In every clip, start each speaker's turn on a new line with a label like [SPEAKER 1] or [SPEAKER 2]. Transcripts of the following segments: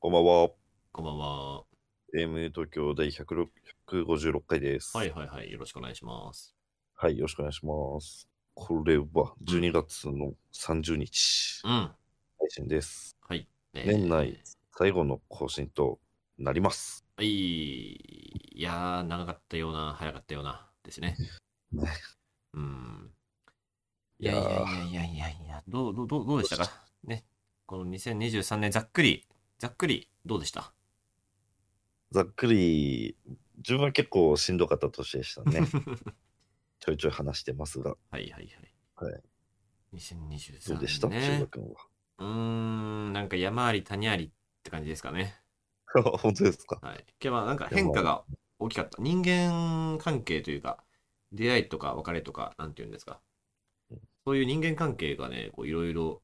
[SPEAKER 1] こんばんは。
[SPEAKER 2] こんばんは。
[SPEAKER 1] AM 東京第106 156回です。
[SPEAKER 2] はいはいはい。よろしくお願いします。
[SPEAKER 1] はい。よろしくお願いします。これは12月の30日
[SPEAKER 2] うん。
[SPEAKER 1] 配信です。
[SPEAKER 2] はい。えー
[SPEAKER 1] 年内最後の更新となります。
[SPEAKER 2] はい。いやー、長かったような、早かったような、で すね。
[SPEAKER 1] ね
[SPEAKER 2] うん。い
[SPEAKER 1] い
[SPEAKER 2] や
[SPEAKER 1] や
[SPEAKER 2] い
[SPEAKER 1] ー
[SPEAKER 2] やいやいやいやいや、どう、どう、どうどうでしたかね。この2023年、ざっくり、ざっくり、どうでした
[SPEAKER 1] ざっくり、自分は結構しんどかった年でした ね。ちょいちょい話してますが、
[SPEAKER 2] はいはいはい。
[SPEAKER 1] はい。
[SPEAKER 2] 2023年。
[SPEAKER 1] どうでした、中
[SPEAKER 2] ね
[SPEAKER 1] 学。君は。
[SPEAKER 2] うーん、なんか山あり谷ありって感じですかね。
[SPEAKER 1] 本当ですか。
[SPEAKER 2] はい。けどまあなんか変化が大きかった。人間関係というか、出会いとか別れとか、なんていうんですか
[SPEAKER 1] うん。
[SPEAKER 2] そういう人間関係がね、こういろいろ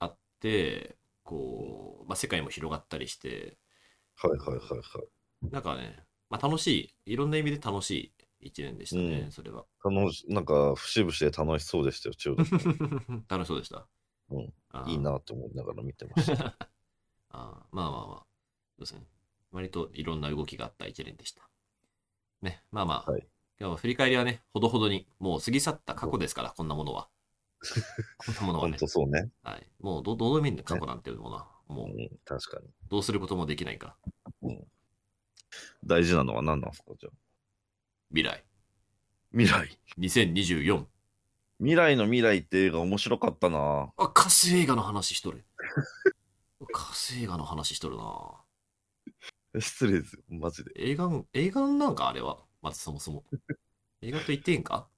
[SPEAKER 2] あって、こう、まあ、世界も広がったりして、
[SPEAKER 1] はいはいはいはい。
[SPEAKER 2] なんかね、まあ、楽しい、いろんな意味で楽しい一年でしたね、
[SPEAKER 1] うん
[SPEAKER 2] それは。
[SPEAKER 1] 楽し、なんか、節々で楽しそうでしたよ、千代田君
[SPEAKER 2] 楽しそうでした。
[SPEAKER 1] うん
[SPEAKER 2] あー
[SPEAKER 1] いいなと思いながら見てま した。
[SPEAKER 2] あーまあまあまあ、そうですね。割といろんな動きがあった一年でした。ね、まあまあ、
[SPEAKER 1] はい
[SPEAKER 2] 今日は振り返りはね、ほどほどに、もう過ぎ去った過去ですから、こんなも のは。こんなものは
[SPEAKER 1] 本
[SPEAKER 2] ね
[SPEAKER 1] 当、そうね。
[SPEAKER 2] はい、もうどどうでもいいんだ、過去なんていうものは。も
[SPEAKER 1] う、
[SPEAKER 2] うん
[SPEAKER 1] 確かに。
[SPEAKER 2] どうすることもできないから、
[SPEAKER 1] 大事なのは何なんですかじゃあ。
[SPEAKER 2] 未来、
[SPEAKER 1] 未来。
[SPEAKER 2] 2024。
[SPEAKER 1] 未来の未来って映画面白かったな
[SPEAKER 2] あ、カス映画の話し とる。カス映画の話しとるな
[SPEAKER 1] 失礼ですよ、マジで。
[SPEAKER 2] 映画、映画なんかあれは、まずそもそも。映画と言っていいんか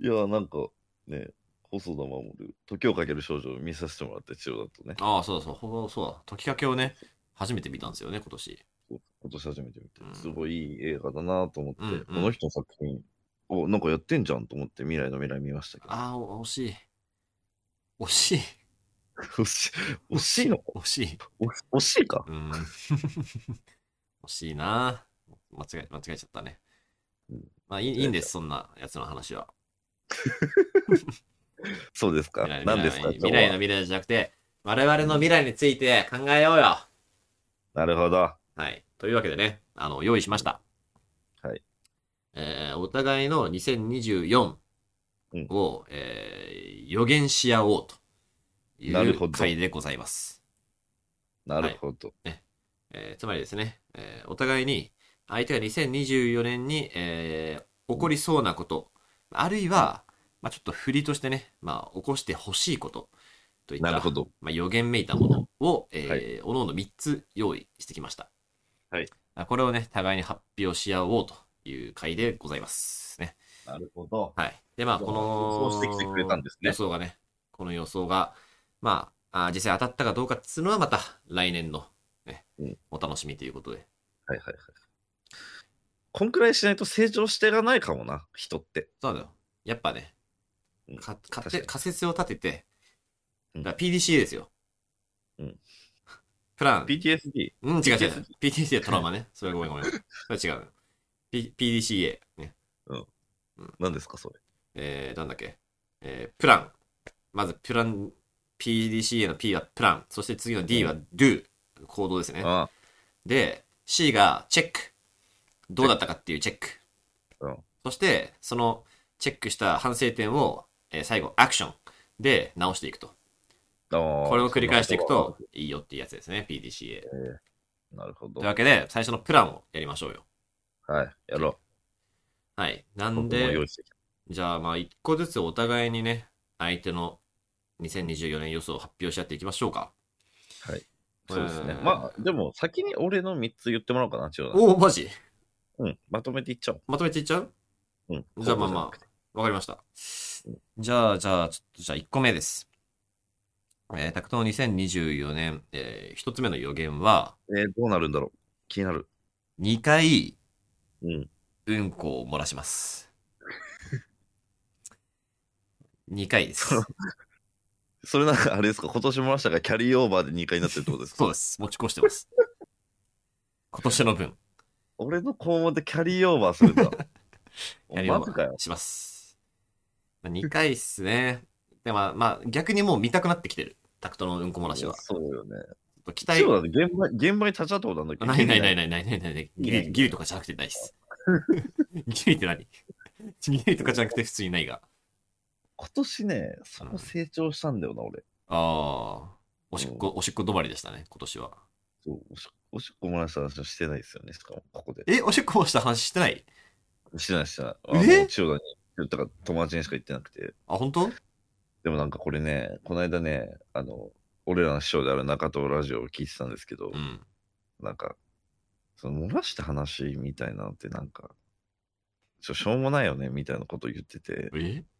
[SPEAKER 1] いや、なんかね、細田守、時をかける少女を見させてもらって、千代田とね、
[SPEAKER 2] ああ、そうだそう、ほそうだ、時かけをね、初めて見たんですよね、今年。
[SPEAKER 1] 今年初めて見
[SPEAKER 2] うん
[SPEAKER 1] て、すごいいい映画だなと思って、
[SPEAKER 2] うんうん
[SPEAKER 1] この人の作品、お、なんかやってんじゃんと思って、未来の未来見ましたけど。
[SPEAKER 2] ああ、お惜しい。惜しい。
[SPEAKER 1] 惜し惜しいのか
[SPEAKER 2] 惜しい。
[SPEAKER 1] 惜し惜しいか
[SPEAKER 2] うーん。惜しいな。間違え、間違えちゃったね
[SPEAKER 1] うん。
[SPEAKER 2] まあ、いいいいんです、そんなやつの話は。
[SPEAKER 1] そうですか。
[SPEAKER 2] 未来の
[SPEAKER 1] 何ですか
[SPEAKER 2] 未来の
[SPEAKER 1] 今日は
[SPEAKER 2] 未来じゃなくて、我々の未来について考えようよ。
[SPEAKER 1] なるほど。
[SPEAKER 2] はい。というわけでね、あの、用意しました。
[SPEAKER 1] はい。
[SPEAKER 2] えーお互いの2024
[SPEAKER 1] うん
[SPEAKER 2] を、えー予言し合おうとい
[SPEAKER 1] なるほ
[SPEAKER 2] う
[SPEAKER 1] ど
[SPEAKER 2] 回でございます。
[SPEAKER 1] なるほど。
[SPEAKER 2] えーつまりですね、えーお互いに、相手が2024年に、えー起こりそうなこと、あるいは、まあ、ちょっと振りとしてね、まあ、起こしてほしいこと、といった
[SPEAKER 1] なるほど。
[SPEAKER 2] まあ、予言めいたものを、えー
[SPEAKER 1] は
[SPEAKER 2] おのおの3つ用意してきました。
[SPEAKER 1] はい。
[SPEAKER 2] これをね、互いに発表し合おうという回でございます。ね。
[SPEAKER 1] なるほど。
[SPEAKER 2] はい。で、まあ、こ
[SPEAKER 1] そう
[SPEAKER 2] の、
[SPEAKER 1] してきてくれたんですね
[SPEAKER 2] 予想がね、この予想が、まあ、あ実際当たったかどうかっつうのはまた来年の、ね
[SPEAKER 1] うん
[SPEAKER 2] お楽しみということで。
[SPEAKER 1] はいはいはい。こんくらいしないと成長していかないかもな、人って。
[SPEAKER 2] そうだよ。やっぱね、
[SPEAKER 1] うん
[SPEAKER 2] か
[SPEAKER 1] 確
[SPEAKER 2] 仮
[SPEAKER 1] か
[SPEAKER 2] 定
[SPEAKER 1] に
[SPEAKER 2] 仮説を立てて、
[SPEAKER 1] うん
[SPEAKER 2] だから PDC ですよ。
[SPEAKER 1] うん。
[SPEAKER 2] プラン
[SPEAKER 1] PTSD。
[SPEAKER 2] うん、違う違う。PTCA トラウマね。それごめんごめん。それ違う。P、PDCA。ね。
[SPEAKER 1] 何ですか、それ。
[SPEAKER 2] えー、なんだっけ。えー、プラン。まず、プラン、PDCA の P はプラン。そして次の D は do。行動ですね。
[SPEAKER 1] あ
[SPEAKER 2] で、C がチェック。どうだったかっていうチェック。
[SPEAKER 1] あ、うん。
[SPEAKER 2] そして、そのチェックした反省点を、えー最後、アクションで直していくと。
[SPEAKER 1] ああ
[SPEAKER 2] これを繰り返していくと。いいよっていうやつですね。PDCA。
[SPEAKER 1] そんなことあるえーなるほど
[SPEAKER 2] という。わけで、最初のプランをやりましょうよ。
[SPEAKER 1] はい、やろ
[SPEAKER 2] はい。な
[SPEAKER 1] う。
[SPEAKER 2] ん
[SPEAKER 1] 僕も
[SPEAKER 2] で
[SPEAKER 1] 用、意してきた
[SPEAKER 2] じゃあまあ一個ずつお互いにね、相手の2024年予想を発表し合っていきましょうか。
[SPEAKER 1] そうですね
[SPEAKER 2] え。ー
[SPEAKER 1] まあ、でも、先に俺の3つ言ってもらおうかな、千代田
[SPEAKER 2] おお、マジ
[SPEAKER 1] うん、まとめていっちゃおう。
[SPEAKER 2] まとめていっちゃう
[SPEAKER 1] うん。
[SPEAKER 2] じゃあまあまわかりました。じゃあ、じゃあ、ちょっとじゃあ1個目です。えー、タクトの2024年、えー、1つ目の予言は、
[SPEAKER 1] あ。えーどうなるんだろう。気になる。
[SPEAKER 2] 2回
[SPEAKER 1] うん。
[SPEAKER 2] うんこを漏らします。2 回です。
[SPEAKER 1] それなんか、あれですか、今年もらしたからキャリーオーバーで2回になってるってことですか
[SPEAKER 2] そうです。持ち越してます。今年の分、
[SPEAKER 1] 俺の肛門でキャリーオーバーするん だ。
[SPEAKER 2] やり
[SPEAKER 1] マジかよ。
[SPEAKER 2] します。まあ、2回っすね。でもまあ、まあ、逆にもう見たくなってきてる。タクトのうんこ漏らしは。
[SPEAKER 1] そうよね。
[SPEAKER 2] と期
[SPEAKER 1] 一
[SPEAKER 2] 待。
[SPEAKER 1] 応だって現場現場に立ち会ったことあるんだっけ。
[SPEAKER 2] ないないないないいないないないない。ギ
[SPEAKER 1] ない
[SPEAKER 2] リ、ギリとかじゃなくてないっす。ギリって何ギリとかじゃなくて普通にないが。
[SPEAKER 1] 今年ね、そこ成長したんだよな、俺。
[SPEAKER 2] ああ、おしっこ、おしっこ止まりでしたね、今年は。
[SPEAKER 1] そうおしおしっこ漏らした話はしてないですよね、しかも、ここで。
[SPEAKER 2] え、おしっこをした話してない
[SPEAKER 1] してない、してない。
[SPEAKER 2] え
[SPEAKER 1] あの千代田に、言ったから友達にしか言ってなくて。
[SPEAKER 2] あ、本当
[SPEAKER 1] でもなんかこれね、この間ね、あの、俺らの師匠である中藤ラジオを聞いてたんですけど、
[SPEAKER 2] うん。
[SPEAKER 1] なんか、その漏らした話みたいなのってなんか、ちょしょうもないよねみたいなこと言ってて、
[SPEAKER 2] え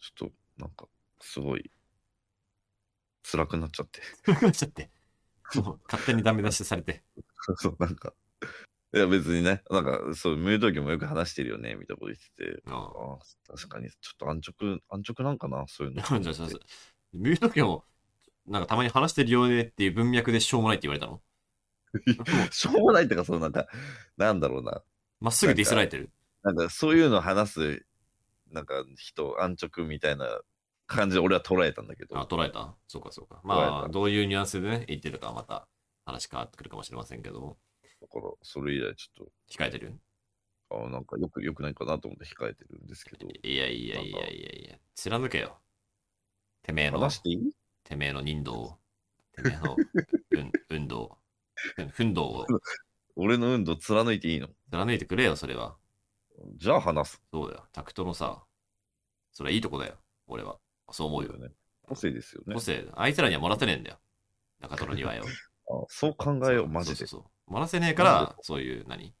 [SPEAKER 1] ちょっとなんか、すごい、辛くなっちゃって。
[SPEAKER 2] なくなっちゃって。もう勝手にダメ出しされて。
[SPEAKER 1] そう、なんか、いや別にね、なんか、そう、ムード時もよく話してるよね、みたいなこと言ってて、
[SPEAKER 2] ああ。
[SPEAKER 1] ああ、確かに、ちょっと安直、安直なんかな、 そういうの。
[SPEAKER 2] じゃあ、じゃあ、ミュート家も、なんかたまに話してるよねっていう文脈でしょうもないって言われたのもう
[SPEAKER 1] しょうもないっていうか、そのなんか、なんだろうな、
[SPEAKER 2] まっすぐディスられてる。
[SPEAKER 1] なんかそういうの話す、なんか人、安直みたいな感じで俺は捉えたんだけ
[SPEAKER 2] あ、
[SPEAKER 1] ど、
[SPEAKER 2] 捉えたそうかそうか。
[SPEAKER 1] 捉え
[SPEAKER 2] まあ、
[SPEAKER 1] た
[SPEAKER 2] どういうニュアンスでね、言ってるかはまた話変わってくるかもしれませんけども、
[SPEAKER 1] だからそれ以来ちょっ
[SPEAKER 2] 控えてる
[SPEAKER 1] と、あなんかよく、よくないかなと思って控えてるんですけど、
[SPEAKER 2] いやいやいやいやいや、貫けよ。てめえの、
[SPEAKER 1] 話していい
[SPEAKER 2] てめえの人道 を、てめえの運運動を、奮闘を
[SPEAKER 1] 俺の運動貫いていいの
[SPEAKER 2] 貫いてくれよ、それは。
[SPEAKER 1] じゃあ話す。
[SPEAKER 2] そうだよ。タクトのさ、それはいいとこだよ、俺は。そう思うよ。
[SPEAKER 1] ね。個性ですよね
[SPEAKER 2] 個。性、あいつらにはもらせねえんだよ。中トロにはよ。
[SPEAKER 1] あそう考えよう、マジ
[SPEAKER 2] そ
[SPEAKER 1] で
[SPEAKER 2] う。そうそうもらせねえから、そういう、何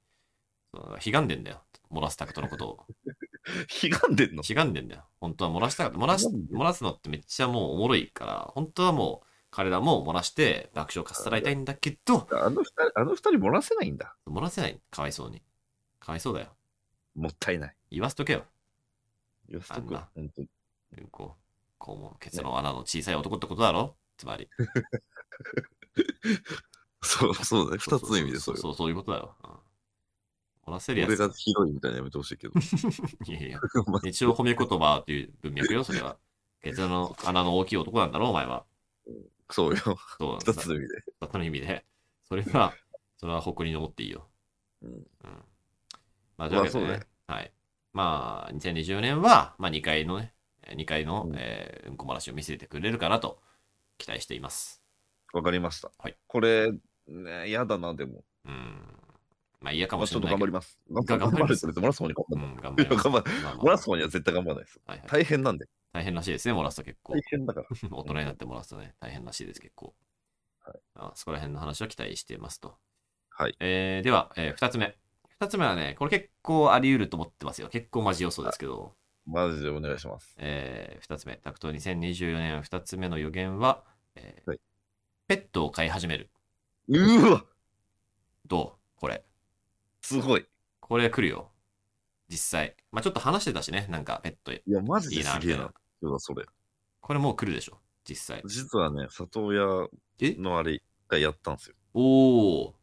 [SPEAKER 2] そう悲願でんだよ。漏らすタクトのことを。
[SPEAKER 1] 悲願でんの
[SPEAKER 2] 悲願でんだよ。本当は漏らしたかった。漏らし、
[SPEAKER 1] 悲願でん
[SPEAKER 2] 漏らすのってめっちゃもうおもろいから、本当はもう、彼らも漏らして爆笑かっさらいたいんだけど、
[SPEAKER 1] あの二人、あの二人漏らせないんだ。
[SPEAKER 2] 漏らせない。かわいそうに。かわいそうだよ。
[SPEAKER 1] もったいない。
[SPEAKER 2] 言わせとけよ。
[SPEAKER 1] 言わせとくわ
[SPEAKER 2] あ
[SPEAKER 1] 本当に
[SPEAKER 2] こう、こうも、ケツの穴の小さい男ってことだろつまり。
[SPEAKER 1] そう、そうだね。二つの意味で、
[SPEAKER 2] そ
[SPEAKER 1] そうう
[SPEAKER 2] そう
[SPEAKER 1] よ。
[SPEAKER 2] そう、そういうことだよ。うん、漏らせるや
[SPEAKER 1] 俺
[SPEAKER 2] つ。
[SPEAKER 1] がひどいみたいなのやめてほしいけど。
[SPEAKER 2] いやいや。 一応褒め言葉という文脈よ、それは。ケツの穴の大きい男なんだろ、お前は。
[SPEAKER 1] そうよ。
[SPEAKER 2] そう、
[SPEAKER 1] 二つの意味で。
[SPEAKER 2] だったの意味で。それは、それは誇りに思っていいよ。
[SPEAKER 1] うん
[SPEAKER 2] まあ、というわけでね、
[SPEAKER 1] まあそう
[SPEAKER 2] はい。まあ、2024年は、まあ、2回のね、2回の、
[SPEAKER 1] うん
[SPEAKER 2] えーうんこ漏らしを見せてくれるかなと期待しています。
[SPEAKER 1] わかりました。
[SPEAKER 2] はい
[SPEAKER 1] これ、ね、やだな、でも。
[SPEAKER 2] うん。まあ、嫌か
[SPEAKER 1] ま
[SPEAKER 2] も
[SPEAKER 1] あ、
[SPEAKER 2] し
[SPEAKER 1] ちょ
[SPEAKER 2] れ
[SPEAKER 1] っと
[SPEAKER 2] ない
[SPEAKER 1] 頑
[SPEAKER 2] け
[SPEAKER 1] 張
[SPEAKER 2] ど。
[SPEAKER 1] ります。頑
[SPEAKER 2] 頑張ります
[SPEAKER 1] るって、マラソンに頑張る。
[SPEAKER 2] うん、頑張ります。
[SPEAKER 1] 頑張
[SPEAKER 2] まあまあ
[SPEAKER 1] マラソンには絶対頑張らないです。
[SPEAKER 2] はいはい
[SPEAKER 1] 大変なんで。
[SPEAKER 2] 大変らしいですね、漏らすと結構
[SPEAKER 1] 大。変だから。
[SPEAKER 2] 大人になってもらうとね、大変らしいです、結構。
[SPEAKER 1] はい
[SPEAKER 2] まあそこら辺の話を期待していますと。
[SPEAKER 1] はい
[SPEAKER 2] えーでは、え2つ目。2つ目はね、これ結構あり得ると思ってますよ。結構マジ予想ですけど、
[SPEAKER 1] マジでお願いします。
[SPEAKER 2] え2つ目。タクト2024年2つ目の予言は、えー
[SPEAKER 1] はい
[SPEAKER 2] ペットを飼い始める。
[SPEAKER 1] うわ
[SPEAKER 2] どうこれ。
[SPEAKER 1] すごい。
[SPEAKER 2] これ来るよ。実際。まあちょっと話してたしね、なんかペットい
[SPEAKER 1] いや、マジ
[SPEAKER 2] い
[SPEAKER 1] で
[SPEAKER 2] な、
[SPEAKER 1] す
[SPEAKER 2] み
[SPEAKER 1] げ
[SPEAKER 2] た
[SPEAKER 1] え
[SPEAKER 2] い
[SPEAKER 1] な
[SPEAKER 2] な。。
[SPEAKER 1] そうだ、それ。
[SPEAKER 2] これもう来るでしょ、実際。
[SPEAKER 1] 実はね、里親
[SPEAKER 2] え
[SPEAKER 1] のあれ、一回やったんですよ。
[SPEAKER 2] おー。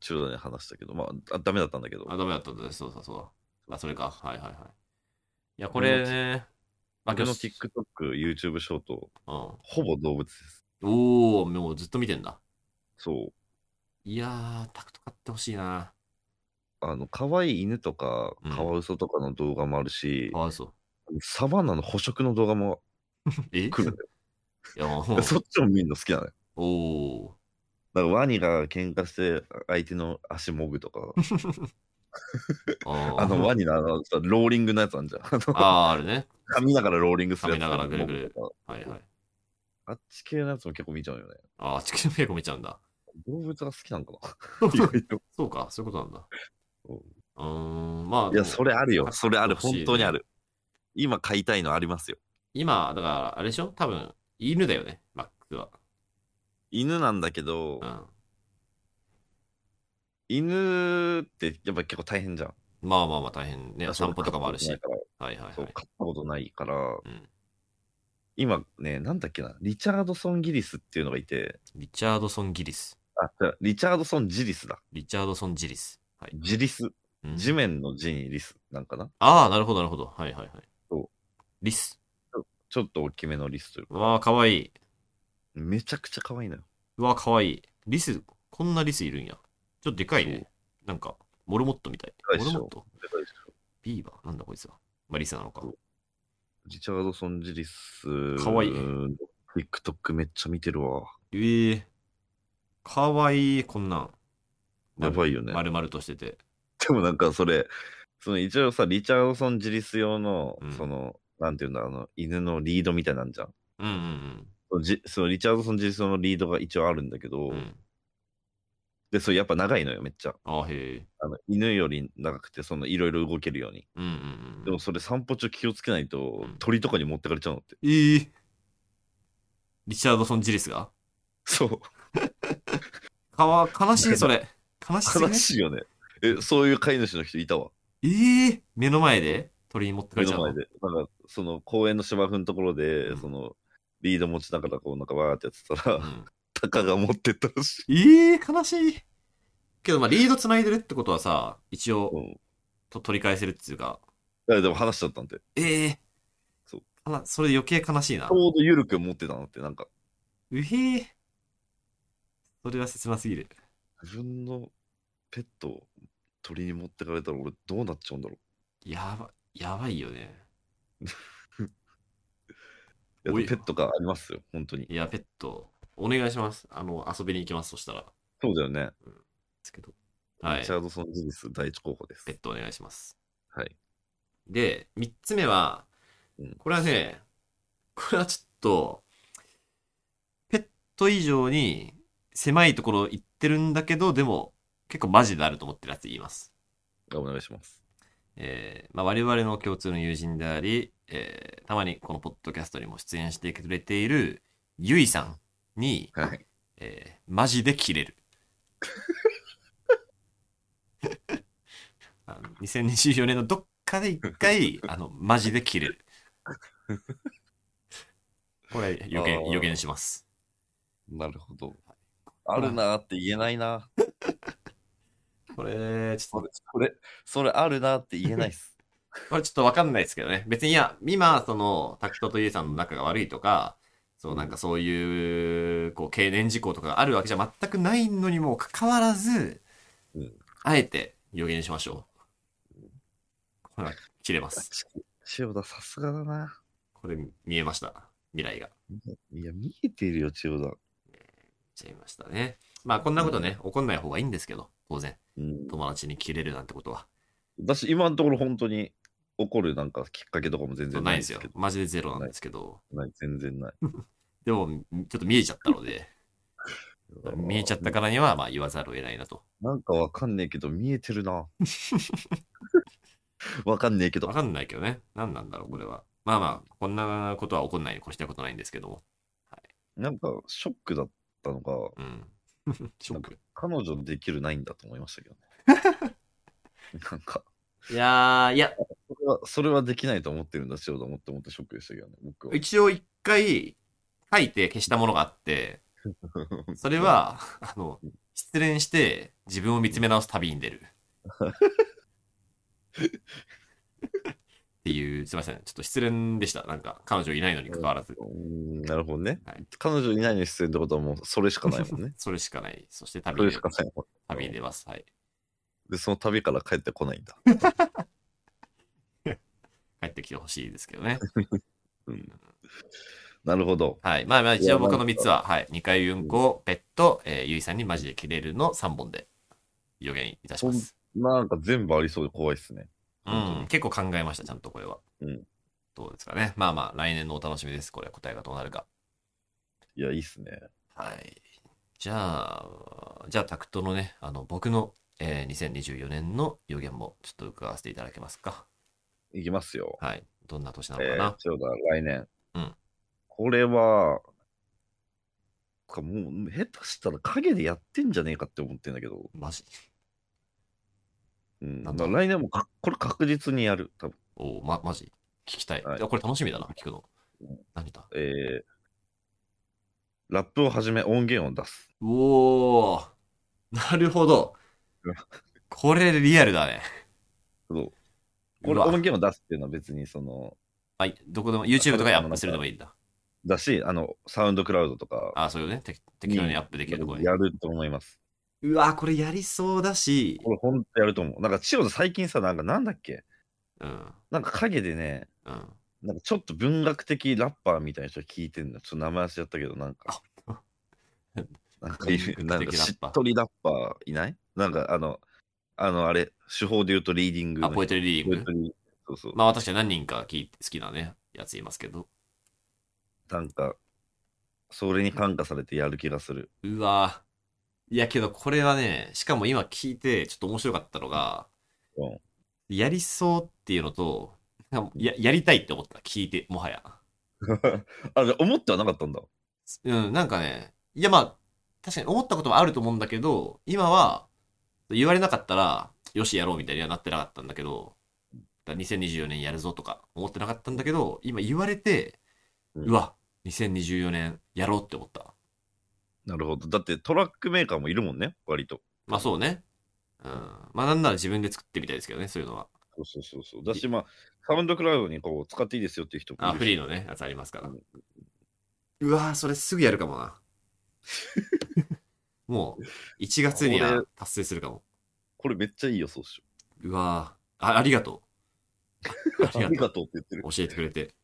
[SPEAKER 1] 中途に話したけど、まあ、あダメだったんだけど。
[SPEAKER 2] あ、ダメだったんだね。そうだそうだ。あ、それか。はいはいはい。いや、これね。まあ、
[SPEAKER 1] 僕
[SPEAKER 2] 今
[SPEAKER 1] の
[SPEAKER 2] 日、
[SPEAKER 1] TikTok、YouTube ショート、
[SPEAKER 2] うん。
[SPEAKER 1] ほぼ動物です。
[SPEAKER 2] おー、もうずっと見てんだ。
[SPEAKER 1] そう。
[SPEAKER 2] いやー、タクト買ってほしいな。
[SPEAKER 1] あの、可愛い犬とか
[SPEAKER 2] うん、
[SPEAKER 1] カワウソとかの動画もあるし
[SPEAKER 2] か、わいそう。
[SPEAKER 1] サバンナの捕食の動画も
[SPEAKER 2] えい
[SPEAKER 1] 来るんだ
[SPEAKER 2] や、も
[SPEAKER 1] よ。 そうっちも見るの好きなのよ。
[SPEAKER 2] おー。
[SPEAKER 1] だからワニが喧嘩して相手の足もぐと か、
[SPEAKER 2] あー
[SPEAKER 1] あのワニのあのさローリングのやつあんじ ゃん。あの
[SPEAKER 2] あー、あれね。
[SPEAKER 1] 噛みながらローリングするやつ。
[SPEAKER 2] 噛みながらぐるぐる
[SPEAKER 1] もぐとか
[SPEAKER 2] はいはい。
[SPEAKER 1] あっち系のやつも結構見ちゃうよね。
[SPEAKER 2] あー、地球のペコ見ちゃう んだ。
[SPEAKER 1] 動物が好きなのかな意外と
[SPEAKER 2] そうか、そういうことなんだ。
[SPEAKER 1] う
[SPEAKER 2] うーん、まあ、
[SPEAKER 1] いや、それあるよ。それある。
[SPEAKER 2] 欲しいね
[SPEAKER 1] 本当にある。今買いたいのありますよ。
[SPEAKER 2] 今、だから、あれでしょ多分、犬だよね、マックは。
[SPEAKER 1] 犬なんだけど
[SPEAKER 2] う、ん。
[SPEAKER 1] 犬ってやっぱ結構大変じゃん。
[SPEAKER 2] まあまあまあ大変ね。散歩とかもあるし。
[SPEAKER 1] そ
[SPEAKER 2] は
[SPEAKER 1] う買っ
[SPEAKER 2] いはい
[SPEAKER 1] たことないからそう
[SPEAKER 2] はい。
[SPEAKER 1] 買ったことないから
[SPEAKER 2] うん、
[SPEAKER 1] 今ね、なんだっけな、リチャードソン・ギリスっていうのがいて、
[SPEAKER 2] リチャードソン・ギリス。
[SPEAKER 1] あ、違うリチャードソン・ジリスだ。
[SPEAKER 2] リチャードソン・ジリス。はい。
[SPEAKER 1] ジリス。
[SPEAKER 2] うん
[SPEAKER 1] 地面の地にリスなんかな
[SPEAKER 2] ああ、なるほど、なるほど。はいはいはい。
[SPEAKER 1] そ
[SPEAKER 2] リス。
[SPEAKER 1] ちょっと大きめのリスというか、
[SPEAKER 2] わあ、かわいい。
[SPEAKER 1] めちゃくちゃ可愛いのよ。
[SPEAKER 2] うわ、かわいい。リス、こんなリスいるんや。ちょっとでかいね。なんか、モルモットみたい
[SPEAKER 1] か。い
[SPEAKER 2] モ
[SPEAKER 1] っ
[SPEAKER 2] ル
[SPEAKER 1] しょ
[SPEAKER 2] モット
[SPEAKER 1] でかいでしょ
[SPEAKER 2] ビーバーなんだこいつは。まあ、リスなのか。
[SPEAKER 1] リチャードソン・ジリス。
[SPEAKER 2] かわいい
[SPEAKER 1] TikTok めっちゃ見てるわ。
[SPEAKER 2] えー、かわいい、こんなん。
[SPEAKER 1] やばいよね。
[SPEAKER 2] 丸々としてて。
[SPEAKER 1] でもなんかそれ、その一応さ、リチャードソン・ジリス用の、
[SPEAKER 2] うん
[SPEAKER 1] その、なんていうんだ、あの、犬のリードみたいなんじゃん。
[SPEAKER 2] うんうん
[SPEAKER 1] そのじそのリチャードソン・ジリス用のリードが一応あるんだけど、
[SPEAKER 2] うん。うん、
[SPEAKER 1] で、それやっぱ長いのよ、めっちゃ。
[SPEAKER 2] あーへえ。
[SPEAKER 1] あの犬より長くて、その、いろいろ動けるように。
[SPEAKER 2] うんうん
[SPEAKER 1] で
[SPEAKER 2] うん
[SPEAKER 1] も。それ散歩中気をつけないと、
[SPEAKER 2] うん
[SPEAKER 1] 鳥とかに持ってかれちゃうのって。
[SPEAKER 2] えー、リチャードソン・ジリスが
[SPEAKER 1] そう。
[SPEAKER 2] かわ、悲しい、それ。悲しすぎ
[SPEAKER 1] 悲
[SPEAKER 2] ね。
[SPEAKER 1] しいよね。え、そういう飼い主の人いたわ。
[SPEAKER 2] えー、目の前で鳥に持ってか
[SPEAKER 1] 目
[SPEAKER 2] れちゃ
[SPEAKER 1] の
[SPEAKER 2] う
[SPEAKER 1] 前
[SPEAKER 2] の。
[SPEAKER 1] で。なんか、その公園の芝生のところで、
[SPEAKER 2] うん
[SPEAKER 1] その、リード持ちながら、こう、なんかわーってやってた
[SPEAKER 2] う
[SPEAKER 1] ら、
[SPEAKER 2] ん
[SPEAKER 1] タカが持ってったらしい。
[SPEAKER 2] ええ悲しい。けど、まあ、リード繋いでるってことはさ、一
[SPEAKER 1] う
[SPEAKER 2] 応、
[SPEAKER 1] ん。
[SPEAKER 2] と取り返せるっていうか、
[SPEAKER 1] あでも話しちゃったんで。ち
[SPEAKER 2] ええ
[SPEAKER 1] そう
[SPEAKER 2] あら、それ余計悲しいな。
[SPEAKER 1] ょうどゆるく持ってたのって、なんか、
[SPEAKER 2] うへえ。それは切なすぎる。
[SPEAKER 1] 自分のペットを鳥に持ってかれたら、俺どうなっちゃうんだろ
[SPEAKER 2] やば、やばいよね。
[SPEAKER 1] う。
[SPEAKER 2] お
[SPEAKER 1] い
[SPEAKER 2] い
[SPEAKER 1] や、ペットがありますよ、本当に。
[SPEAKER 2] いや、ペット、お願いします。あの、遊びに行きます、そしたら。で
[SPEAKER 1] そうだよね。
[SPEAKER 2] すけど。はい
[SPEAKER 1] リチ。ャードソン・ジリス第一候補です
[SPEAKER 2] ペ。ットお願いします。
[SPEAKER 1] はい。
[SPEAKER 2] で、三つ目は
[SPEAKER 1] うん、
[SPEAKER 2] これはね、これはちょっと、ペット以上に狭いところ行ってるんだけど、でも結構マジであると思ってるやつ言います。
[SPEAKER 1] お願いします。
[SPEAKER 2] えーまあ、我々の共通の友人であり、えーたまにこのポッドキャストにも出演してくれているゆいさんに、
[SPEAKER 1] はい。
[SPEAKER 2] えーマジで切れる。 あの2024年のどっかで一 回、あの、マジで切れる。これ、予
[SPEAKER 1] あ
[SPEAKER 2] 言、
[SPEAKER 1] ー
[SPEAKER 2] 予言します。
[SPEAKER 1] なるほど。あるなーって言えないな。
[SPEAKER 2] これ、ち
[SPEAKER 1] そ
[SPEAKER 2] ょっ
[SPEAKER 1] れ、それ、それあるなーって言えないっ す。
[SPEAKER 2] と、これちょっとわかんないですけどね。別に、いや、今、その、タクトとイエさんの仲が悪いとか、そう、なんかそういう、こう、経年事項とかがあるわけじゃ全くないのにもかかわらず、
[SPEAKER 1] うん
[SPEAKER 2] あえて予言しましょう。これは切れます。
[SPEAKER 1] 千代田、さすがだな。
[SPEAKER 2] これ見えました。未来が。
[SPEAKER 1] いや、見えてるよ、千代田。
[SPEAKER 2] ちゃいましたね。まあこんなことね、怒んない方がいいんですけど、当然。
[SPEAKER 1] うん。
[SPEAKER 2] 友達に切れるなんてことは。
[SPEAKER 1] 私、今のところ本当に怒るなんかきっかけとかも全然な
[SPEAKER 2] な
[SPEAKER 1] いい
[SPEAKER 2] で
[SPEAKER 1] ですす
[SPEAKER 2] よ
[SPEAKER 1] け。ど。
[SPEAKER 2] マジでゼロなんですけど。
[SPEAKER 1] ない、全然ない。
[SPEAKER 2] でも、ちょっと見えちゃったので、見えちゃったからには、まあ言わざるを得ないなと。
[SPEAKER 1] なんかわかんねえけど、見えてる な。わかんねえけ
[SPEAKER 2] わ
[SPEAKER 1] ど。
[SPEAKER 2] かんないけどね。何なんだろう、これは。まあまあ、こんなことは怒んないに越したことないんですけども。
[SPEAKER 1] なんか、ショックだったのが、
[SPEAKER 2] うん。ショック。
[SPEAKER 1] 彼女できるないんだと思いましたけどね。 なんか、
[SPEAKER 2] いやー、いや、
[SPEAKER 1] それは、それはできないと思ってるんだ、千代田もって思ってショックでしたけどね、僕は。
[SPEAKER 2] 一応一回書いて消したものが あって、それは、あの、失恋して自分を見つめ直す旅に出る。っていう、すいません。ちょっと失恋でした。なんか、彼女いないのに関わらず。
[SPEAKER 1] うーんなるほどね。
[SPEAKER 2] はい。
[SPEAKER 1] 彼女いないのに出演ってことはもうそれしかないもんね
[SPEAKER 2] それしかない。そして
[SPEAKER 1] そ
[SPEAKER 2] 旅に
[SPEAKER 1] れ
[SPEAKER 2] 出
[SPEAKER 1] しかないもん。
[SPEAKER 2] 旅に出ます。はい。
[SPEAKER 1] で、その旅から帰ってこないんだ。
[SPEAKER 2] 帰ってきてほしいですけどね。
[SPEAKER 1] なるほど。
[SPEAKER 2] はい。まあまあ、一応僕の
[SPEAKER 1] いやなん
[SPEAKER 2] 3
[SPEAKER 1] か
[SPEAKER 2] つは、はい。二回運行、ペット、えー、ゆいさんにマジで切れるの3本で予言いたします。
[SPEAKER 1] なんか全部ありそうで怖いっすね。
[SPEAKER 2] うん、結構考えました、ちゃんとこれは。
[SPEAKER 1] うん
[SPEAKER 2] どうですかね。まあまあ、来年のお楽しみです。これ、答えがどうなるか。
[SPEAKER 1] いや、いいっすね。
[SPEAKER 2] はい。じゃあ、じゃあ、タクトのね、あの、僕の、えー、2024年の予言もちょっと伺わせていただけますか。
[SPEAKER 1] いきますよ。
[SPEAKER 2] はい。どんな年なのか
[SPEAKER 1] えー
[SPEAKER 2] な。
[SPEAKER 1] 千代田、来年。
[SPEAKER 2] うん
[SPEAKER 1] これは、かもう下手したら影でやってんじゃねえかって思ってんだけど、
[SPEAKER 2] マジ
[SPEAKER 1] うん、
[SPEAKER 2] な
[SPEAKER 1] だ
[SPEAKER 2] ん
[SPEAKER 1] か
[SPEAKER 2] だ
[SPEAKER 1] ら来年もか これ確実にやる、多分
[SPEAKER 2] おうま、マジ聞きたい。
[SPEAKER 1] はい
[SPEAKER 2] いやこれ楽しみだな、聞くの
[SPEAKER 1] うん。
[SPEAKER 2] 何だ
[SPEAKER 1] えーラップをはじめ音源を出す。
[SPEAKER 2] うおーなる ほど
[SPEAKER 1] うわ。
[SPEAKER 2] これリアルだね。
[SPEAKER 1] そうこれ
[SPEAKER 2] うわ
[SPEAKER 1] 音源を出すっていうのは別にその、
[SPEAKER 2] はい、どこでも、YouTube とかにアップするでもいいんだ。
[SPEAKER 1] だし、あの、サウンドクラウドとか、
[SPEAKER 2] ああ、そういうね、て適当にアップできるところに
[SPEAKER 1] や。ると思います。
[SPEAKER 2] うわー、これやりそうだし、
[SPEAKER 1] これ、ほんとやると思う。なんか、千代田最近さ、なんか、なんだっけ
[SPEAKER 2] うん、
[SPEAKER 1] なんか影でね、
[SPEAKER 2] うん。
[SPEAKER 1] なんかちょっと文学的ラッパーみたいな人聞いてんの。ちょっと名前忘れちゃったけど、なんか。
[SPEAKER 2] あ
[SPEAKER 1] なんかいる、
[SPEAKER 2] 文
[SPEAKER 1] な
[SPEAKER 2] 学
[SPEAKER 1] ん
[SPEAKER 2] 的
[SPEAKER 1] か
[SPEAKER 2] ラ
[SPEAKER 1] し
[SPEAKER 2] ッパー
[SPEAKER 1] っとりラッパーいないなんかあの、あのあれ、手法で言うとリーディングの
[SPEAKER 2] あ、
[SPEAKER 1] 人。
[SPEAKER 2] ポエトリーリーディング
[SPEAKER 1] ポエ。トリーそうそう。
[SPEAKER 2] まあ、私は何人か聞い好きなね、やついますけど。
[SPEAKER 1] なんか、それに感化されてやる気がする。
[SPEAKER 2] うわー。いや、けどこれはね、しかも今聞いて、ちょっと面白かったのが、
[SPEAKER 1] うん
[SPEAKER 2] やりそうっていうのと、ややりたいって思った、聞いて、もはや。
[SPEAKER 1] あれ、思ってはなかったんだ。
[SPEAKER 2] うん、なんかね、いやまあ、確かに思ったこともあると思うんだけど、今は、言われなかったら、よしやろうみたいにはなってなかったんだけど、だから2024年やるぞとか思ってなかったんだけど、今言われて、
[SPEAKER 1] うん
[SPEAKER 2] うわ、2024年やろうって思った。
[SPEAKER 1] なるほど。だってトラックメーカーもいるもんね、割と。
[SPEAKER 2] まあそうね。うん。まあなんなら自分で作ってみたいですけどね、そういうのは。
[SPEAKER 1] そうそうそうそう。だし、まあ、サウンドクラウドにこう使っていいですよっていう人もいる
[SPEAKER 2] あ、
[SPEAKER 1] し。
[SPEAKER 2] フリーのね、やつありますから
[SPEAKER 1] うん。
[SPEAKER 2] うわーそれすぐやるかもな。 もう、1月には達成するかも。
[SPEAKER 1] これめっちゃいい予想っし
[SPEAKER 2] うわーあありがとう。あ
[SPEAKER 1] ょ。あ
[SPEAKER 2] り
[SPEAKER 1] り
[SPEAKER 2] が
[SPEAKER 1] がと
[SPEAKER 2] と
[SPEAKER 1] うって言ってる。
[SPEAKER 2] う。教えてくれて。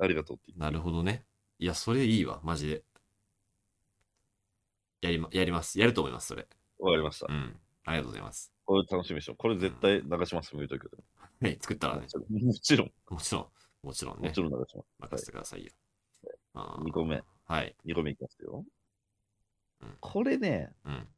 [SPEAKER 1] ありがとうって言って
[SPEAKER 2] なるほどね。いや、それいいわ、マジで。やりま、やります。やると思います、それ。
[SPEAKER 1] る。わかりました
[SPEAKER 2] う。ん。ありがとうございます。
[SPEAKER 1] これ楽しみでしょ。これ絶対流します、もう言うとくけど。
[SPEAKER 2] はい、作ったらね
[SPEAKER 1] も、ちろん、もちろん、
[SPEAKER 2] もちろん、もちろん
[SPEAKER 1] も
[SPEAKER 2] ね
[SPEAKER 1] ち、ろん流します。
[SPEAKER 2] 任せてくださいよ。あー
[SPEAKER 1] 2個目、
[SPEAKER 2] はい。
[SPEAKER 1] 2個目いきますよ
[SPEAKER 2] うん。
[SPEAKER 1] これね、
[SPEAKER 2] うん。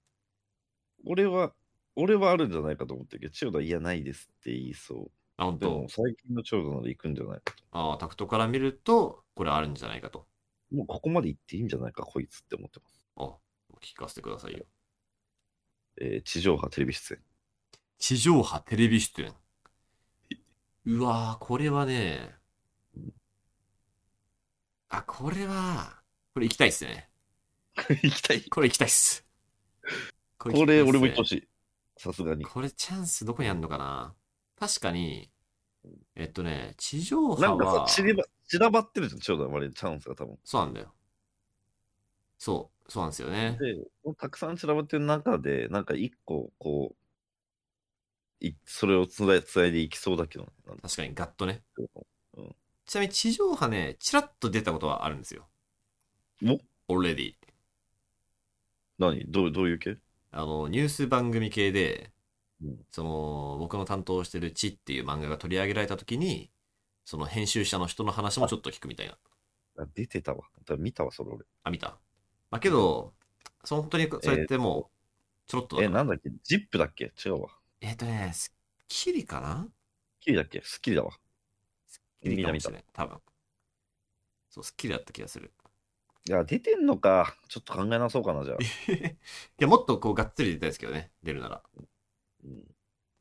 [SPEAKER 1] 俺は、俺はあるんじゃないかと思ってるけど、千代田いや、ないですって言いそう。
[SPEAKER 2] あ、本
[SPEAKER 1] で
[SPEAKER 2] 当
[SPEAKER 1] も、。最近の千代田なら行くんじゃないかと。
[SPEAKER 2] ああ、タクトから見ると、これあるんじゃないかと。
[SPEAKER 1] もうここまで行っていいんじゃないか、こいつって思ってます。
[SPEAKER 2] あ、聞かせてくださいよ。
[SPEAKER 1] えー地上波テレビ出演。
[SPEAKER 2] 地上波テレビ出演。うわーこれはね、あ、これは、これ行きたいっすね。
[SPEAKER 1] 行きたい。
[SPEAKER 2] これ行きたいっす。こ
[SPEAKER 1] これ、俺も行って
[SPEAKER 2] 行
[SPEAKER 1] ほ
[SPEAKER 2] き
[SPEAKER 1] しい。さすが
[SPEAKER 2] たいっす
[SPEAKER 1] に。
[SPEAKER 2] ねこれチャンスどこにあんのかな確かに、えっとね、地上
[SPEAKER 1] な
[SPEAKER 2] 波
[SPEAKER 1] んか
[SPEAKER 2] は
[SPEAKER 1] さ、、散りば散らばってるじゃん、千代田の割にチャンスが多分。
[SPEAKER 2] そうなんだよ。そう、そうなんですよね。
[SPEAKER 1] で、たくさん散らばってる中で、なんか一個、こう、いそれをつないつないでいきそうだけどね。なんか
[SPEAKER 2] 確かにガッとね。
[SPEAKER 1] うん
[SPEAKER 2] ちなみに地上波ね、チラッと出たことはあるんですよ。
[SPEAKER 1] お
[SPEAKER 2] オレディ。
[SPEAKER 1] 何どうどういう系
[SPEAKER 2] あの、ニュース番組系で、
[SPEAKER 1] うん
[SPEAKER 2] その、僕の担当してる地っていう漫画が取り上げられた時に、その編集者の人の話もちょっと聞くみたいな。
[SPEAKER 1] あ出てたわ。だ見たわ、それ俺。
[SPEAKER 2] あ、見たまあけど、その本当にそれってもう、ちょろっとだ
[SPEAKER 1] え、な
[SPEAKER 2] な
[SPEAKER 1] んだっけジップだっけ違うわ。
[SPEAKER 2] えっとね、スッキリかな
[SPEAKER 1] キリだっけスッキリだわ。見
[SPEAKER 2] 見た
[SPEAKER 1] た
[SPEAKER 2] 見
[SPEAKER 1] 見
[SPEAKER 2] た
[SPEAKER 1] た。
[SPEAKER 2] い多分。そう、スッキリだった気がする。
[SPEAKER 1] いや、出てんのか。ちょっと考え直そうかな、じゃあ。
[SPEAKER 2] いや、もっとこう、がっつり出たいですけどね、出るなら。
[SPEAKER 1] うん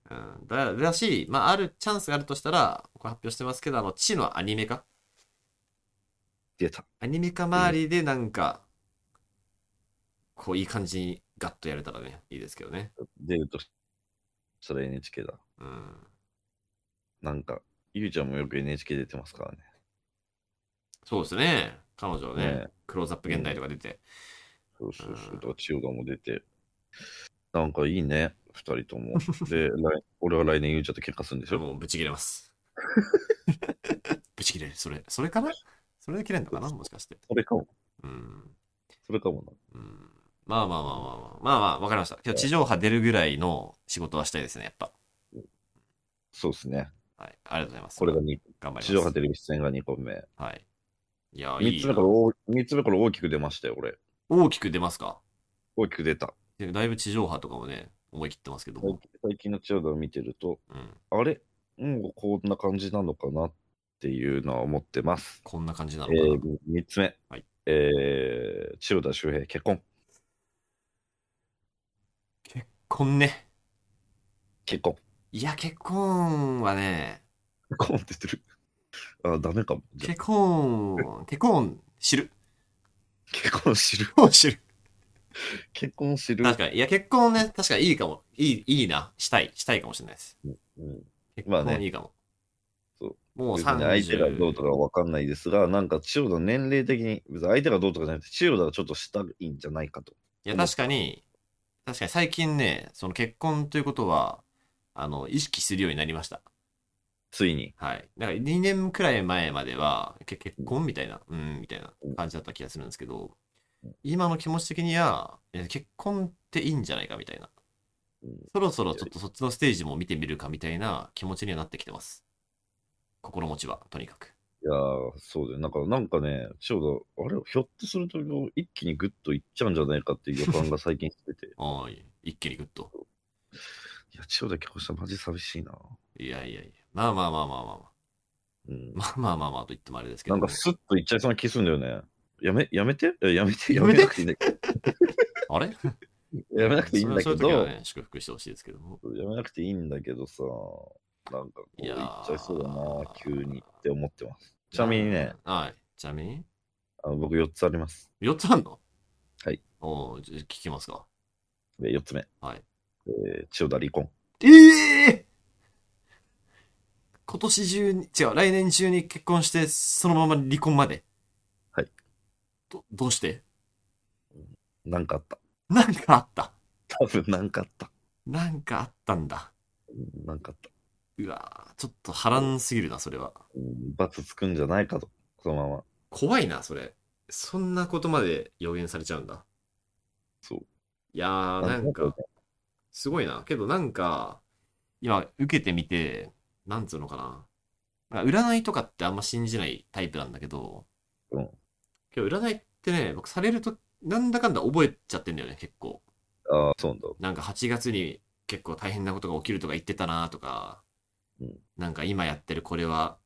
[SPEAKER 2] うん、だだし、まあ、あるチャンスがあるとしたら、これ発表してますけど、あの、地のアニメ化
[SPEAKER 1] 出た。
[SPEAKER 2] アニメ化周りでなんか、こう、いい感じにガッとやれたらね、いいですけどね。
[SPEAKER 1] 出るとしそれ NHK だ。
[SPEAKER 2] うん。
[SPEAKER 1] なんか、ゆうちゃんもよく NHK 出てますからね。
[SPEAKER 2] そうですね。彼女はね、
[SPEAKER 1] ね
[SPEAKER 2] クローズアップ現代とか出て。
[SPEAKER 1] そうそうそうう。
[SPEAKER 2] ん
[SPEAKER 1] だから千代田も出て。なんかいいね、二人と も。で、来俺は来年ゆうちゃんと結婚するんでし
[SPEAKER 2] それ
[SPEAKER 1] ょ
[SPEAKER 2] もうぶち切れます。 ぶち切れる。それ、それかなそれで切れんのかなもしかして。
[SPEAKER 1] それかも。
[SPEAKER 2] うん。
[SPEAKER 1] それかもな。
[SPEAKER 2] うんまあまあまあまあまあ、まあまあ、わかりました。今日地上波出るぐらいの仕事はしたいですね、やっぱ。
[SPEAKER 1] そうですね。
[SPEAKER 2] はい、ありがとうございます。
[SPEAKER 1] これが2、
[SPEAKER 2] 頑張ります。
[SPEAKER 1] 地上波テレビ出演が2個目。
[SPEAKER 2] はい。いや、い
[SPEAKER 1] 3
[SPEAKER 2] い
[SPEAKER 1] つ目
[SPEAKER 2] な
[SPEAKER 1] か。ら大、三つ目から大きく出ましたよ、俺。
[SPEAKER 2] 大きく出ますか
[SPEAKER 1] 大きく出た。
[SPEAKER 2] でだいぶ地上波とかもね、思い切ってますけども。
[SPEAKER 1] 最近の千代田を見てると、
[SPEAKER 2] うん。
[SPEAKER 1] あれもうこんな感じなのかなっていうのは思ってます。
[SPEAKER 2] こんな感じなの
[SPEAKER 1] え
[SPEAKER 2] かな。
[SPEAKER 1] ー、3つ目、
[SPEAKER 2] はい
[SPEAKER 1] えー千代田周平結婚
[SPEAKER 2] 結婚ね。
[SPEAKER 1] 結婚
[SPEAKER 2] いや、結婚はね、
[SPEAKER 1] 結婚って言ってる あダメかもじゃあ
[SPEAKER 2] 結婚、結婚知る。
[SPEAKER 1] 結婚知る
[SPEAKER 2] 結婚知る。
[SPEAKER 1] 結婚知る、
[SPEAKER 2] 確かに。いや、結婚ね、確かにいいかも。いい、いいな。したい。したいかもしれないです。
[SPEAKER 1] うん、
[SPEAKER 2] 結
[SPEAKER 1] まあね
[SPEAKER 2] 婚いいかも。
[SPEAKER 1] そう
[SPEAKER 2] もう
[SPEAKER 1] 別に相手がどうと
[SPEAKER 2] 30
[SPEAKER 1] かわかんないですが、なんか千代田年齢的に、別に相手がどうとかじゃなくて、千代田はちょっとしたいんじゃないかと。
[SPEAKER 2] いや確かに確かに最近ねその結婚ということはあの意識するようになりました
[SPEAKER 1] ついに。
[SPEAKER 2] はい。だから2年くらい前までは、け結婚みたいな、うん、みたいな感じだった気がするんですけど、今の気持ち的には、え結婚っていいんじゃないかみたいな
[SPEAKER 1] うん。
[SPEAKER 2] そろそろちょっとそっちのステージも見てみるかみたいな気持ちにはなってきてます。心持ちは、とにかく。
[SPEAKER 1] いやー、そうだよ。なんか、なんかね、千代田、あれ、ひょっとすると一気にグッといっちゃうんじゃないかっていう予感が最近してて。
[SPEAKER 2] はい。一気にグッと。
[SPEAKER 1] いや、千代田結婚したらマジ寂しいな。
[SPEAKER 2] いやいやいや。まあまあまあまあまあまあ。
[SPEAKER 1] うん。
[SPEAKER 2] まあまあまあまあと言ってもあれです け
[SPEAKER 1] な
[SPEAKER 2] ど。
[SPEAKER 1] んかスッといっちゃいそうな気すんだよね。やめ、やめてえやめて、やめなくていいん だけ
[SPEAKER 2] あれ
[SPEAKER 1] ど。やめなくていいんだけ
[SPEAKER 2] それそういう時は
[SPEAKER 1] ど、
[SPEAKER 2] ね、祝福してほしいですけども。
[SPEAKER 1] やめなくていいんだけどさ、なんかこう、
[SPEAKER 2] い
[SPEAKER 1] い
[SPEAKER 2] や
[SPEAKER 1] っ
[SPEAKER 2] ー
[SPEAKER 1] ちゃいそうだな、急にって思ってます。ちなみにね、。
[SPEAKER 2] はい。ちなみに
[SPEAKER 1] あの僕4つあります。
[SPEAKER 2] 4つあんの
[SPEAKER 1] はい。
[SPEAKER 2] おうじゃあ聞きますか。
[SPEAKER 1] で、4つ目。
[SPEAKER 2] はい。
[SPEAKER 1] えー千代田離婚。
[SPEAKER 2] ええ今年中に、違う、来年中に結婚して、そのまま離婚まで。
[SPEAKER 1] はい。
[SPEAKER 2] ど、どうして
[SPEAKER 1] なんかあった。
[SPEAKER 2] なんかあった。
[SPEAKER 1] 多分なんかあった。
[SPEAKER 2] なんかあったんだ。
[SPEAKER 1] うんなんかあった。
[SPEAKER 2] うわーちょっと波乱すぎるな、それは。
[SPEAKER 1] うん罰つくんじゃないかと。そのまま。
[SPEAKER 2] 怖いな、それ。そんなことまで予言されちゃうんだ。
[SPEAKER 1] そう。
[SPEAKER 2] いやー、なんか、すごいな。けどなんか、今、受けてみて、なんつうのかな。なんか占いとかってあんま信じないタイプなんだけど、
[SPEAKER 1] うん。
[SPEAKER 2] けど占いってね、僕されると、なんだかんだ覚えちゃってんだよね、結構。
[SPEAKER 1] ああ、そうなんだ。
[SPEAKER 2] なんか8月に結構大変なことが起きるとか言ってたなとか、
[SPEAKER 1] うん
[SPEAKER 2] なんか今やってるこれは、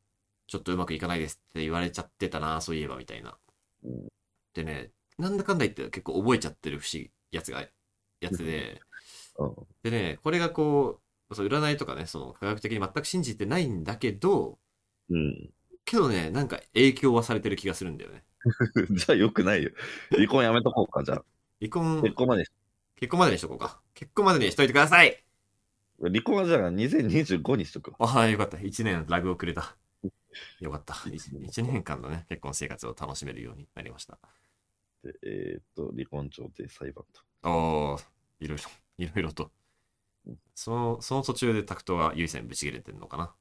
[SPEAKER 2] ちょっとうまくいかないですって言われちゃってたな、そういえばみたいな。
[SPEAKER 1] うん
[SPEAKER 2] でね、なんだかんだ言って結構覚えちゃってる不思議やつが、やつで、
[SPEAKER 1] うん。
[SPEAKER 2] でね、これがこう、そう占いとかね、その科学的に全く信じてないんだけど、
[SPEAKER 1] うん。
[SPEAKER 2] けどね、なんか影響はされてる気がするんだよね。
[SPEAKER 1] じゃあよくないよ。離婚やめとこうか、じゃあ。
[SPEAKER 2] 離婚、
[SPEAKER 1] 結婚まで。
[SPEAKER 2] 結婚までにしとこうか。結婚までにしといてください
[SPEAKER 1] 離婚はじゃあ2025にしとくわ。
[SPEAKER 2] ああ、よかった。1年ラグをくれた。よかった。1, 年間のね、結婚生活を楽しめるようになりました。
[SPEAKER 1] でえーっと、離婚調停裁判と。
[SPEAKER 2] おー、いろいろ、いろいろと。その、その途中でタクトが優先ぶち切れてんのかな。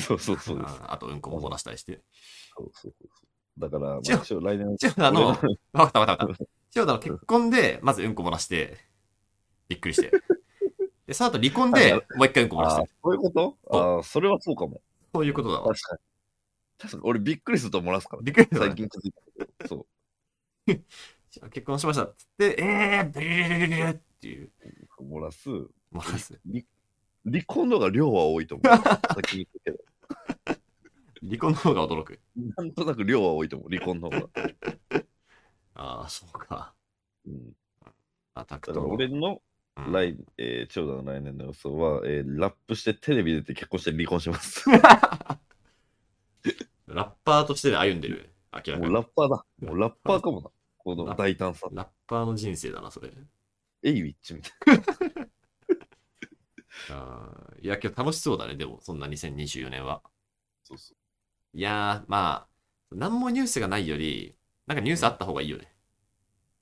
[SPEAKER 1] そうそうそうです。
[SPEAKER 2] ああと、うんこも漏らしたり して。
[SPEAKER 1] そうそうそうそうだから、まあ、
[SPEAKER 2] じゃあ
[SPEAKER 1] 一応来年、
[SPEAKER 2] 千代田の、わかったわかったわかった。千代田の結婚で、まずうんこ漏らして、びっくりして。で、その後離婚で、もう一回うんこ漏らし
[SPEAKER 1] あ
[SPEAKER 2] て
[SPEAKER 1] ー。そういうことああー、それはそうかも。
[SPEAKER 2] そういうことだわ
[SPEAKER 1] 確。かに。確かに、俺 びっくりすると漏らす から、
[SPEAKER 2] びっくりした
[SPEAKER 1] 最
[SPEAKER 2] ね。
[SPEAKER 1] 近気づいたけど。そう。
[SPEAKER 2] 結婚しました。つって、えー、ブルルルルルルっていう、
[SPEAKER 1] 漏らす。
[SPEAKER 2] 漏らす。
[SPEAKER 1] 離婚の方が量は多いと思 う。先に言ったけど。
[SPEAKER 2] 離婚の方が驚く。
[SPEAKER 1] なんとなく量は多いと思う、離婚の方が。
[SPEAKER 2] ああ、そうか。
[SPEAKER 1] うん、
[SPEAKER 2] あ、タク
[SPEAKER 1] だか
[SPEAKER 2] ト
[SPEAKER 1] ら
[SPEAKER 2] の。
[SPEAKER 1] 俺の
[SPEAKER 2] うん
[SPEAKER 1] 来、えー、長男の来年の予想は、えーラップしてテレビ出て結婚して離婚します。も
[SPEAKER 2] ラッパーとしてで歩んでる。明らか
[SPEAKER 1] う
[SPEAKER 2] に。
[SPEAKER 1] ラッパーだ。もうラッパーかもな。この大胆さ。
[SPEAKER 2] ラッパーの人生だな、それ。
[SPEAKER 1] エイウィッチみたい
[SPEAKER 2] あーいや、今日楽しそうだね、でも、そんな2024年は。
[SPEAKER 1] な。そうそ
[SPEAKER 2] いやー、まあ、何もニュースがないより、なんかニュースあった方がいいよね。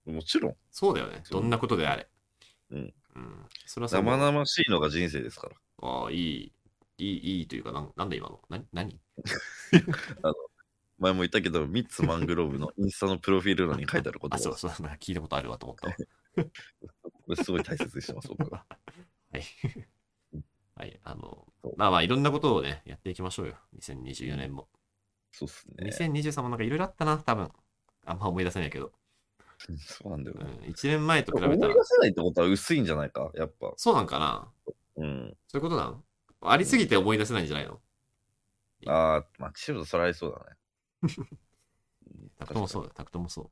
[SPEAKER 1] うもちろん、
[SPEAKER 2] そうだよね。
[SPEAKER 1] そう
[SPEAKER 2] どんなことであれ。
[SPEAKER 1] うん。
[SPEAKER 2] うん。それはそう。
[SPEAKER 1] 生々しいのが人生ですから。
[SPEAKER 2] ああ、いい、いい、いいというか、なんなんだ今の。な、何
[SPEAKER 1] 前も言ったけど、ミッツマングローブ のインスタのプロフィール欄に書いてあること
[SPEAKER 2] あ、
[SPEAKER 1] を、
[SPEAKER 2] そうそう、なんか聞いたことあるわと 思ったわ。
[SPEAKER 1] これすごい大切にしてます、僕は。
[SPEAKER 2] はい。はい、あの
[SPEAKER 1] そう、
[SPEAKER 2] まあまあ、いろんなことをね、やっていきましょうよ。2024年も。
[SPEAKER 1] そうっすね。
[SPEAKER 2] 2023もなんかいろいろあったな、多分。あんま思い出せないけど。
[SPEAKER 1] そうなんだよ
[SPEAKER 2] う
[SPEAKER 1] ね。
[SPEAKER 2] ん、1年前と比
[SPEAKER 1] 思
[SPEAKER 2] べ
[SPEAKER 1] い
[SPEAKER 2] た
[SPEAKER 1] 出
[SPEAKER 2] ら、
[SPEAKER 1] せないってことは薄いんじゃないか、やっぱ。
[SPEAKER 2] そうなんかな
[SPEAKER 1] うん。
[SPEAKER 2] そういうことなのありすぎて思い出せないんじゃないの
[SPEAKER 1] ああ、まあ、チルドそられそうだね。
[SPEAKER 2] タクトもそうだよ、タクトもそう。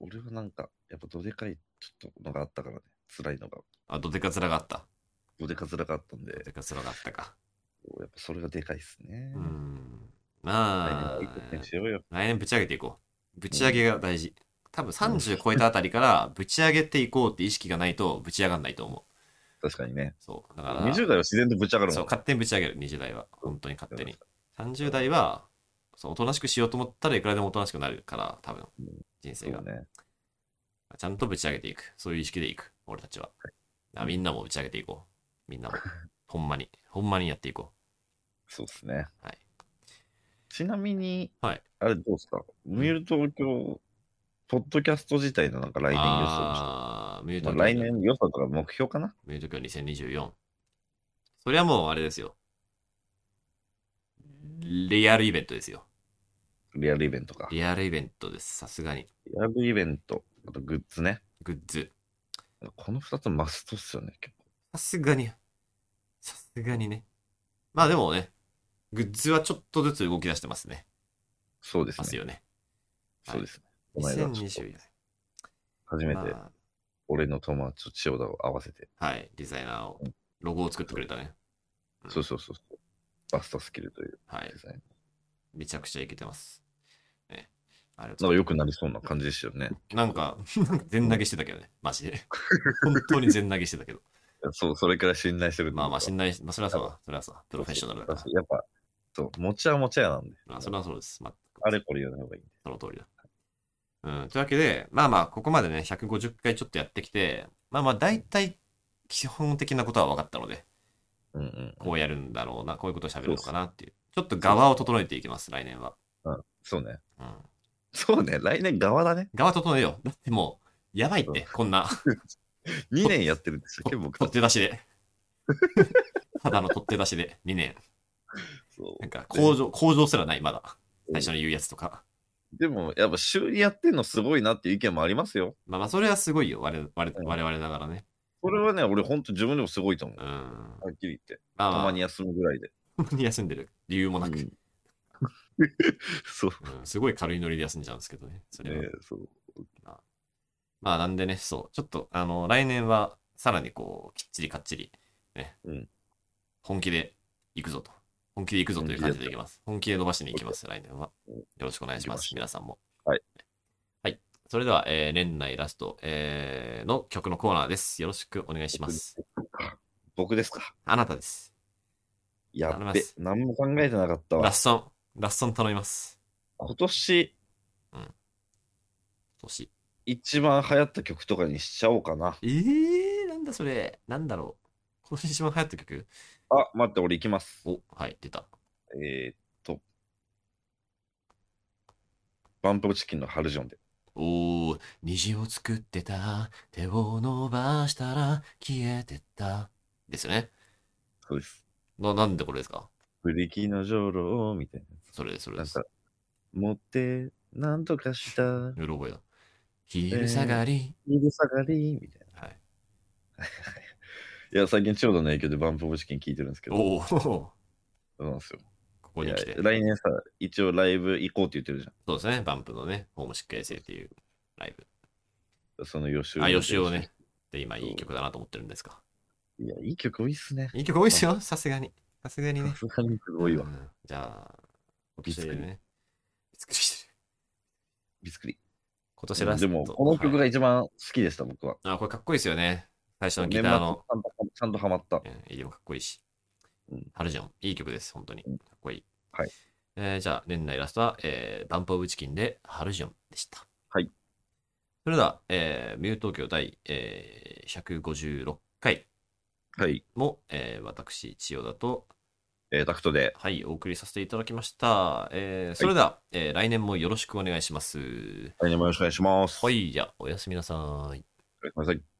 [SPEAKER 1] 俺はなんか、やっぱどでかいちょっとのがあったからね、辛いのが。
[SPEAKER 2] あ、どでか面があった。
[SPEAKER 1] どでか辛かったんで
[SPEAKER 2] ど、でか面があったか。
[SPEAKER 1] やっぱそれがでかいっすね。
[SPEAKER 2] うん。
[SPEAKER 1] 来年
[SPEAKER 2] ま
[SPEAKER 1] は
[SPEAKER 2] あ
[SPEAKER 1] 一、個にしようよ。
[SPEAKER 2] 来年ぶち上げていこう。ぶち上げが大事。多分30超えたあたりから、ぶち上げていこうって意識がないと、ぶち上がんないと思う。
[SPEAKER 1] 確かにね。
[SPEAKER 2] そう。だから、
[SPEAKER 1] 20代は自然とぶち上がるも。
[SPEAKER 2] そうん勝手にぶち上げる、20代は。本当に勝手に。 30代は、そうおとなしくしようと思ったらいくらでもおとなしくなるから、多分、人
[SPEAKER 1] そ
[SPEAKER 2] 生
[SPEAKER 1] う
[SPEAKER 2] が。
[SPEAKER 1] ね。
[SPEAKER 2] ちゃんとぶち上げていく。そういう意識でいく。俺たちは。あみんなもぶち上げていこう。みんなも。ほんまに。ほんまにやっていこ
[SPEAKER 1] そうですね。
[SPEAKER 2] はい
[SPEAKER 1] ちなみに、
[SPEAKER 2] はい
[SPEAKER 1] あれどうですかミュール東京、ポッドキャスト自体のなんか
[SPEAKER 2] う。
[SPEAKER 1] 来年予想
[SPEAKER 2] ああー、ミュー
[SPEAKER 1] して、
[SPEAKER 2] ト君
[SPEAKER 1] まあ、来年予想とか目標かな
[SPEAKER 2] ミュート君2024。そりゃもうあれですよ。リアルイベントですよ。
[SPEAKER 1] リアルイベントか。リ
[SPEAKER 2] リアルイベントです。さすがに。
[SPEAKER 1] アルイベント、あとグッズね。
[SPEAKER 2] グッズ。
[SPEAKER 1] この2つマストっすよね、結構。
[SPEAKER 2] さすがに。さすがにね。まあでもね、グッズはちょっとずつ動き出してますね。
[SPEAKER 1] そうです
[SPEAKER 2] ます
[SPEAKER 1] ね。
[SPEAKER 2] よね。はい
[SPEAKER 1] そうですね。この間、ちょっ
[SPEAKER 2] 2024
[SPEAKER 1] と初めて
[SPEAKER 2] ま
[SPEAKER 1] 俺の友達と千代田を合わせて、
[SPEAKER 2] あはい、デザイナーを、ロゴを作ってくれたね。うん
[SPEAKER 1] そうそうそうそう。バストスキルという
[SPEAKER 2] はい
[SPEAKER 1] デ、ザイン。
[SPEAKER 2] めちゃくちゃいけてます。ね。あれ
[SPEAKER 1] なんか良くなりそうな感じでしたよね。
[SPEAKER 2] なんか、 なんか全投げしてたけどね、マジで。本当に全投げしてたけど。
[SPEAKER 1] そう、それくらい信頼してるというか
[SPEAKER 2] まあまあ、信頼し、まあ、それはそうだ、それはそうだ、プロフェッショナルだから。
[SPEAKER 1] やっぱ、そう、持ちは持ちやなんで。
[SPEAKER 2] まあ、それはそうです。まあ、
[SPEAKER 1] あれこれ言わない方がいいんで。
[SPEAKER 2] その通りだ。うん、というわけで、まあまあ、ここまでね、150回ちょっとやってきて、まあまあ、大体、基本的なことは分かったので、
[SPEAKER 1] うんうん。
[SPEAKER 2] こうやるんだろうな、こういうことを喋るのかなっていう。ちょっと側を整えていきます、来年は。
[SPEAKER 1] そうね。
[SPEAKER 2] うん。
[SPEAKER 1] そうね。来年側だね。
[SPEAKER 2] 側整えよう。だってもう、やばいって、こ んな、
[SPEAKER 1] 2年やってるんですよ。結構僕た
[SPEAKER 2] 取
[SPEAKER 1] ち。
[SPEAKER 2] っ手出しで。ただの取っ手出しで、2年。
[SPEAKER 1] そ
[SPEAKER 2] なんか、向上、向上すらない、まだ。最初に言うやつとか。
[SPEAKER 1] う。でも、やっぱ週にやってんのすごいなっていう意見もありますよ。
[SPEAKER 2] まあまあ、それはすごいよ、我々我々我々ながらね。
[SPEAKER 1] それはね、俺ほんと自分でもすごいと思う
[SPEAKER 2] う。ん。ま
[SPEAKER 1] はっきり言って。
[SPEAKER 2] あ
[SPEAKER 1] た
[SPEAKER 2] まあ、
[SPEAKER 1] まに休むぐらいで。
[SPEAKER 2] 本当に 休んでる理由もなく、
[SPEAKER 1] うんそう。
[SPEAKER 2] うんすごい軽いノリで休んじゃうんですけどね。それ
[SPEAKER 1] ね
[SPEAKER 2] は。
[SPEAKER 1] そう。
[SPEAKER 2] まあなんでね、そう。ちょっと、あの、来年はさらにこう、きっちりかっちり、ね。
[SPEAKER 1] うん
[SPEAKER 2] 本気で行くぞと。本気で行くぞという感じでいきます。本気で伸ばしに行きます、来年は。
[SPEAKER 1] うん
[SPEAKER 2] よろしくお願いします、
[SPEAKER 1] 行
[SPEAKER 2] 皆さんも。
[SPEAKER 1] はい。
[SPEAKER 2] はい。それでは、えー年内ラスト、えーの曲のコーナーです。よろしくお願いします。
[SPEAKER 1] 僕ですか。
[SPEAKER 2] あなたです。
[SPEAKER 1] や
[SPEAKER 2] 頼み
[SPEAKER 1] っ
[SPEAKER 2] ま
[SPEAKER 1] べ
[SPEAKER 2] す。
[SPEAKER 1] 何も考えてなかった
[SPEAKER 2] ラ
[SPEAKER 1] わ。
[SPEAKER 2] ッソン、ラッソン頼みます。
[SPEAKER 1] 今年
[SPEAKER 2] 年。
[SPEAKER 1] 一番流行った曲とかにしちゃおうかな。
[SPEAKER 2] ええー、なんだそれ。なんだろう。今年一番流行った曲
[SPEAKER 1] あ、待って、俺行きます。
[SPEAKER 2] お、はい、出た。
[SPEAKER 1] えー、っと、バンプチキンのハルジョンで。
[SPEAKER 2] おー、虹を作ってた。手を伸ばしたら消えてった。ですよね。
[SPEAKER 1] そうです。
[SPEAKER 2] な、なんでこれですか
[SPEAKER 1] ブリキの上路みたい
[SPEAKER 2] それです、それ
[SPEAKER 1] な。なん
[SPEAKER 2] です
[SPEAKER 1] か。、持って、なんとかした、
[SPEAKER 2] うろ覚えだ。昼下がり。
[SPEAKER 1] 昼下がり、みたい
[SPEAKER 2] はい。
[SPEAKER 1] な。いや、最近、千代田の影響でバンプチキン聞いてるんですけど、
[SPEAKER 2] おお、 こ
[SPEAKER 1] そうなんですよ。
[SPEAKER 2] こに来
[SPEAKER 1] い
[SPEAKER 2] て
[SPEAKER 1] や。来年さ、一応ライブ行こうって言ってるじ
[SPEAKER 2] そうですね、バンプのね、ホームシック衛星っていうライブ。
[SPEAKER 1] ゃん。その予習。
[SPEAKER 2] あ、よしおね。。で、今いい曲だなと思ってるんですか。
[SPEAKER 1] いや、いい曲多いっすね。
[SPEAKER 2] いい曲多いですよ、さすがに。さすがにね
[SPEAKER 1] さ。すがにすごいわ
[SPEAKER 2] う。んじゃあ、お聞きしてるね。びっくりしてる。
[SPEAKER 1] びっくり。
[SPEAKER 2] 今年ラス
[SPEAKER 1] で
[SPEAKER 2] ト。
[SPEAKER 1] も、この曲
[SPEAKER 2] は
[SPEAKER 1] が
[SPEAKER 2] い
[SPEAKER 1] 一番好きでした、僕は。
[SPEAKER 2] あ、これかっこいいですよね。最初のギ
[SPEAKER 1] 年末ちゃ
[SPEAKER 2] ター
[SPEAKER 1] ん
[SPEAKER 2] の
[SPEAKER 1] と、ちゃんとハマった。
[SPEAKER 2] うん、入りもかっこいいし
[SPEAKER 1] うん。
[SPEAKER 2] ハルジョン、いい曲です、本当に。か
[SPEAKER 1] うん
[SPEAKER 2] っこいい。
[SPEAKER 1] はい
[SPEAKER 2] えーじゃあ、年内ラストは、えー、バンプオブチキンで、ハルジョンでした。
[SPEAKER 1] はい。
[SPEAKER 2] それでは、えー、ミュー東京第、えー、156回
[SPEAKER 1] はい。
[SPEAKER 2] も、えー、私、千代田と、
[SPEAKER 1] えー、タクトで。
[SPEAKER 2] はい、お送りさせていただきました。えー、それでは、えー来年もよろしくお願いします。
[SPEAKER 1] 来年もよろしくお願いします。
[SPEAKER 2] はい、じゃあ、おやすみなさい。
[SPEAKER 1] おやすみなさい。